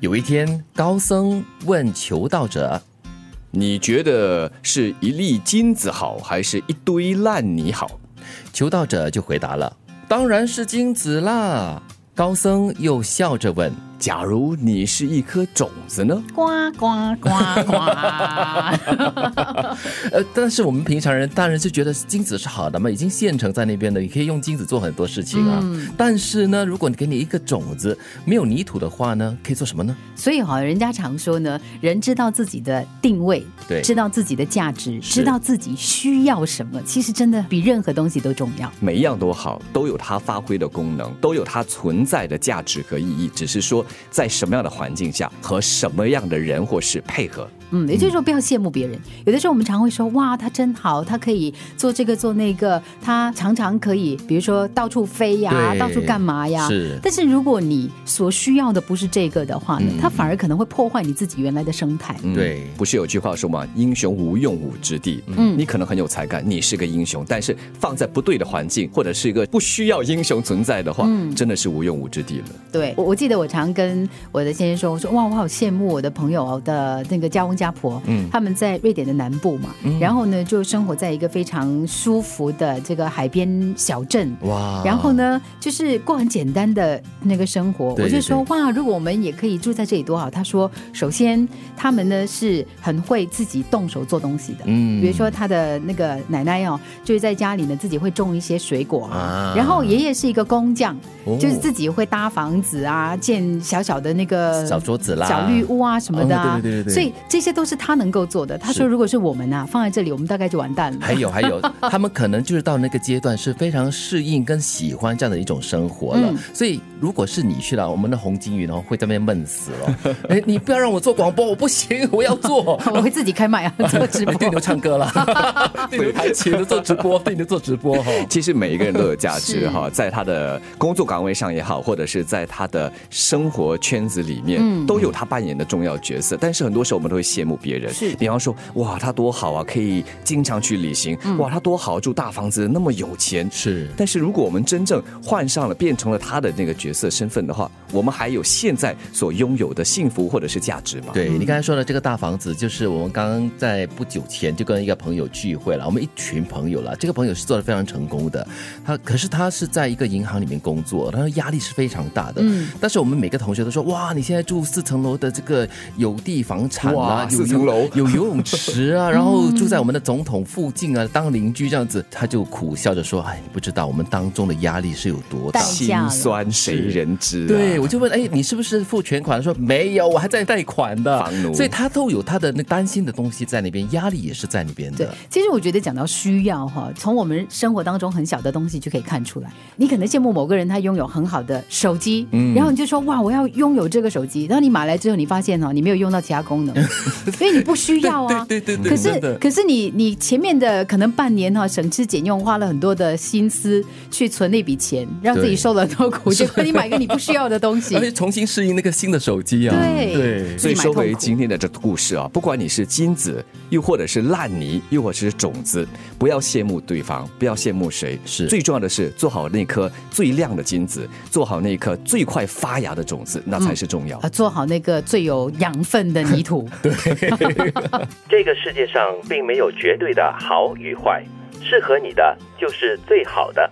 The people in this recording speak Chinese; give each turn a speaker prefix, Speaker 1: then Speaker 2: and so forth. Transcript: Speaker 1: 有一天，高僧问求道者
Speaker 2: 你觉得是一粒金子好，还是一堆烂泥好？：“
Speaker 1: 求道者就回答了，当然是金子啦。”高僧又笑着问
Speaker 2: 假如你是一颗种子呢？
Speaker 3: 呱呱呱呱！：“
Speaker 1: 呃，但是我们平常人当然是觉得金子是好的嘛，已经现成在那边的，你可以用金子做很多事情啊。但是呢，如果你给你一个种子，没有泥土的话呢，可以做什么呢？
Speaker 3: 所以哈、人家常说呢，人知道自己的定位，
Speaker 1: 对
Speaker 3: 知道自己的价值，
Speaker 1: 是
Speaker 3: 知道自己需要什么，其实真的比任何东西都重要。
Speaker 2: 每一样都好，都有它发挥的功能，都有它存在的价值和意义，只是说在什么样的环境下和什么样的人或事配合。
Speaker 3: 嗯，也就是说不要羡慕别人。有的时候我们常会说，哇，他真好，他可以做这个做那个，他常常可以，比如说到处飞呀，
Speaker 1: 对
Speaker 3: 到处干嘛呀。
Speaker 1: 是
Speaker 3: 但是如果你所需要的不是这个的话呢，它反而可能会破坏你自己原来的生态。
Speaker 2: 嗯
Speaker 1: 对
Speaker 2: 不是有句话说嘛，英雄无用武之地。嗯，你可能很有才干，你是个英雄，但是放在不对的环境，或者是一个不需要英雄存在的话，
Speaker 3: 嗯
Speaker 2: 真的是无用武之地了。
Speaker 3: 对，我我记得我常跟我的先生说，我说哇，我好羡慕我的朋友的那个家翁家婆，
Speaker 1: 嗯
Speaker 3: 他们在瑞典的南部嘛，然后呢就生活在一个非常舒服的这个海边小镇。
Speaker 1: 哇
Speaker 3: 然后？呢，就是过很简单的那个生活。
Speaker 1: 对
Speaker 3: 我
Speaker 1: 对
Speaker 3: 就说哇，如果我们也可以住在这里多好。他说，首先他们呢是很会自己动手做东西的，
Speaker 1: 嗯
Speaker 3: 比如说他的那个奶奶哦，就是在家里呢自己会种一些水果
Speaker 1: 啊
Speaker 3: 啊，然后爷爷是一个工匠，
Speaker 1: 哦
Speaker 3: 就是自己会搭房子啊，建小小的那个
Speaker 1: 哦小桌子啦
Speaker 3: 小绿屋啊什么的啊，
Speaker 1: 哦对对对对对
Speaker 3: 所以这些都是他能够做的。他说，如果是我们啊，放在这里，我们大概就完蛋了。
Speaker 1: 还有还 有，他们可能就是到那个阶段是非常适应跟喜欢这样的一种生活了。
Speaker 3: 嗯
Speaker 1: 所以如果是你去了，我们的红金鱼呢会在那边闷死了。 哎，你不要让我做广播，我不行，我要做。
Speaker 3: 我会自己开麦 啊，做直
Speaker 1: 哎
Speaker 3: 播。
Speaker 1: 对牛唱歌 了， 对牛弹琴的做直播，对牛做直播哈、
Speaker 2: 其实每一个人都有价值
Speaker 3: 是
Speaker 2: 哈，在他的工作岗位上也好，或者是在他的生活圈子里面，
Speaker 3: 嗯
Speaker 2: 都有他扮演的重要角色。但是很多时候我们都会羡慕别人，
Speaker 3: 是
Speaker 2: 比方说哇，他多好啊，可以经常去旅行，
Speaker 3: 嗯
Speaker 2: 哇，他多好，住大房子，那么有钱。
Speaker 1: 是
Speaker 2: 但是如果我们真正换上了，变成了他的那个角色身份的话，我们还有现在所拥有的幸福或者是价值吗？
Speaker 1: 对你刚才说的这个大房子，就是我们刚刚在不久前就跟一个朋友聚会了，我们一群朋友了。这个朋友是做的非常成功的，他可是他是在一个银行里面工作，然后压力是非常大的。嗯，但是我们每个同学都说，哇，你现在住四层楼的这个有地房产啊
Speaker 2: 哇，
Speaker 1: 有
Speaker 2: 四层楼
Speaker 1: 有游泳池啊，然后住在我们的总统附近啊，当邻居这样子，他就苦笑着说，哎，你不知道我们当中的压力是有多大
Speaker 3: 代。
Speaker 2: 心
Speaker 3: 价了
Speaker 2: 酸谁人知、啊？
Speaker 1: 对，我就问，哎，你是不是付全款？他说没有，我还在贷款的。
Speaker 2: 房奴
Speaker 1: 所以他都有他的那担心的东西在那边，压力也是在那边
Speaker 3: 对
Speaker 1: 的。，
Speaker 3: 其实我觉得讲到需要哈，从我们生活当中很小的东西就可以看出来。你可能羡慕某个人他拥有很好的手机，
Speaker 1: 嗯
Speaker 3: 然后你就说哇，我要拥有这个手机。然后你买来之后，你发现哦，你没有用到其他功能， 因为你不需要啊。
Speaker 1: 对对
Speaker 3: 可
Speaker 1: 真的
Speaker 3: 是，可是你你前面的可能半年哈、省吃俭用，花了很多的心思去存那笔钱，让自己
Speaker 1: 对
Speaker 3: 受了很 多苦，结果你买一个你不需要的东西
Speaker 1: 而，且重新适应那个新的手机啊。
Speaker 3: 对
Speaker 1: 对。
Speaker 2: 所
Speaker 3: 自己
Speaker 2: 以说
Speaker 3: 买痛
Speaker 2: 回
Speaker 3: 苦
Speaker 2: 今天的这个故事啊，不管你是金子，又或者是烂泥，又或者是种子，不要羡慕对方，不要羡慕谁，
Speaker 1: 是
Speaker 2: 最重要的是做好那颗最亮的金子，做好那颗最快发芽的种子，那
Speaker 1: 嗯
Speaker 2: 才是重要。
Speaker 3: 啊，做好那个最有养分的泥土。
Speaker 4: 这个世界上并没有绝对的好与坏，适合你的就是最好的。